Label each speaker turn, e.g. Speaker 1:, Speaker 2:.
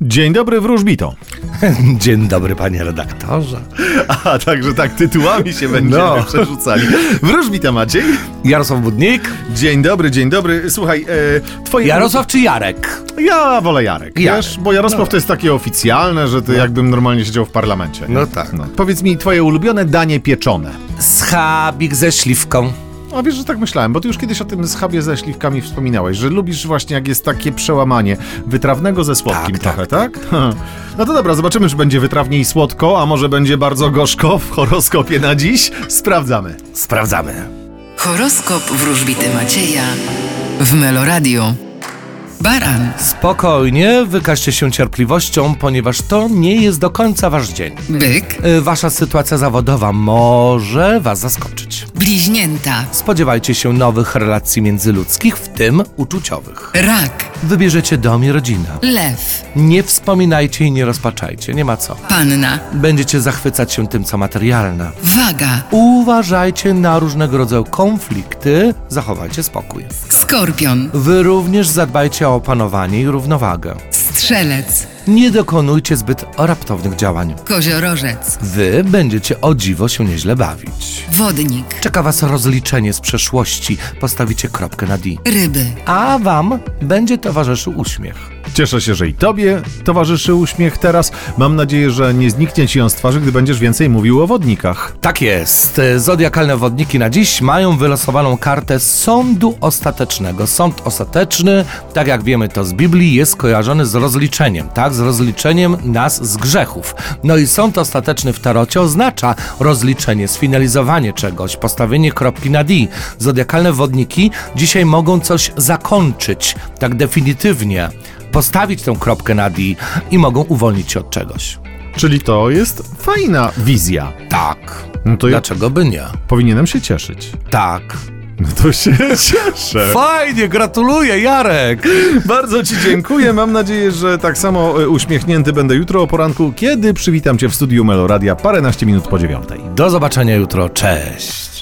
Speaker 1: Dzień dobry wróżbito.
Speaker 2: Dzień dobry, panie redaktorze.
Speaker 1: A także tak tytułami się będziemy
Speaker 2: No.
Speaker 1: przerzucali. Wróżbita Maciej.
Speaker 2: Jarosław Budnik.
Speaker 1: Dzień dobry, dzień dobry. Słuchaj, e, twoje...
Speaker 2: Jarosław czy Jarek?
Speaker 1: Ja wolę Jarek, No.
Speaker 2: Jarek.
Speaker 1: wiesz? Bo Jarosław to jest takie oficjalne, że ty jakbym normalnie siedział w parlamencie. nie?
Speaker 2: No tak.
Speaker 1: Powiedz mi, twoje ulubione danie pieczone.
Speaker 2: Schabik ze śliwką.
Speaker 1: A wiesz, że tak myślałem, bo ty już kiedyś o tym schabie ze śliwkami wspominałeś, że lubisz właśnie jak jest takie przełamanie wytrawnego ze słodkim
Speaker 2: Tak,
Speaker 1: trochę, tak? No to dobra, zobaczymy, czy będzie wytrawnie i słodko, a może będzie bardzo gorzko w horoskopie na dziś. Sprawdzamy.
Speaker 2: Sprawdzamy.
Speaker 3: Horoskop wróżbity Macieja w Meloradio. Baran,
Speaker 2: Spokojnie, wykażcie się cierpliwością, ponieważ to nie jest do końca wasz dzień.
Speaker 3: byk,
Speaker 2: Y, Wasza sytuacja zawodowa może was zaskoczyć.
Speaker 3: bliźnięta,
Speaker 2: Spodziewajcie się nowych relacji międzyludzkich, w tym uczuciowych.
Speaker 3: rak,
Speaker 2: Wybierzecie dom i rodzinę.
Speaker 3: lew,
Speaker 2: Nie wspominajcie i nie rozpaczajcie, nie ma co.
Speaker 3: panna,
Speaker 2: Będziecie zachwycać się tym, co materialne.
Speaker 3: waga,
Speaker 2: Uważajcie na różnego rodzaju konflikty, zachowajcie spokój.
Speaker 3: skorpion,
Speaker 2: Wy również zadbajcie o opanowanie i równowagę.
Speaker 3: strzelec,
Speaker 2: Nie dokonujcie zbyt raptownych działań.
Speaker 3: koziorożec,
Speaker 2: Wy będziecie o dziwo się nieźle bawić.
Speaker 3: wodnik,
Speaker 2: Czeka Was rozliczenie z przeszłości, postawicie kropkę na D.
Speaker 3: ryby,
Speaker 2: A Wam będzie towarzyszył uśmiech.
Speaker 1: Cieszę się, że i tobie towarzyszy uśmiech teraz. Mam nadzieję, że nie zniknie ci on z twarzy, gdy będziesz więcej mówił o wodnikach.
Speaker 2: Tak jest. Zodiakalne wodniki na dziś mają wylosowaną kartę sądu ostatecznego. Sąd ostateczny, tak jak wiemy to z Biblii, jest kojarzony z rozliczeniem, tak? Z rozliczeniem nas z grzechów. No i sąd ostateczny w tarocie oznacza rozliczenie, sfinalizowanie czegoś, postawienie kropki na D. Zodiakalne wodniki dzisiaj mogą coś zakończyć, tak definitywnie. Postawić tę kropkę na D i mogą uwolnić się od czegoś.
Speaker 1: Czyli to jest fajna wizja.
Speaker 2: Tak.
Speaker 1: No to ja
Speaker 2: Dlaczego by nie?
Speaker 1: powinienem się cieszyć.
Speaker 2: Tak.
Speaker 1: No to się cieszę.
Speaker 2: Fajnie, gratuluję Jarek!
Speaker 1: Bardzo Ci dziękuję. Mam nadzieję, że tak samo e, uśmiechnięty będę jutro o poranku, kiedy przywitam Cię w studiu Meloradia paręnaście minut po dziewiątej.
Speaker 2: Do zobaczenia jutro, cześć!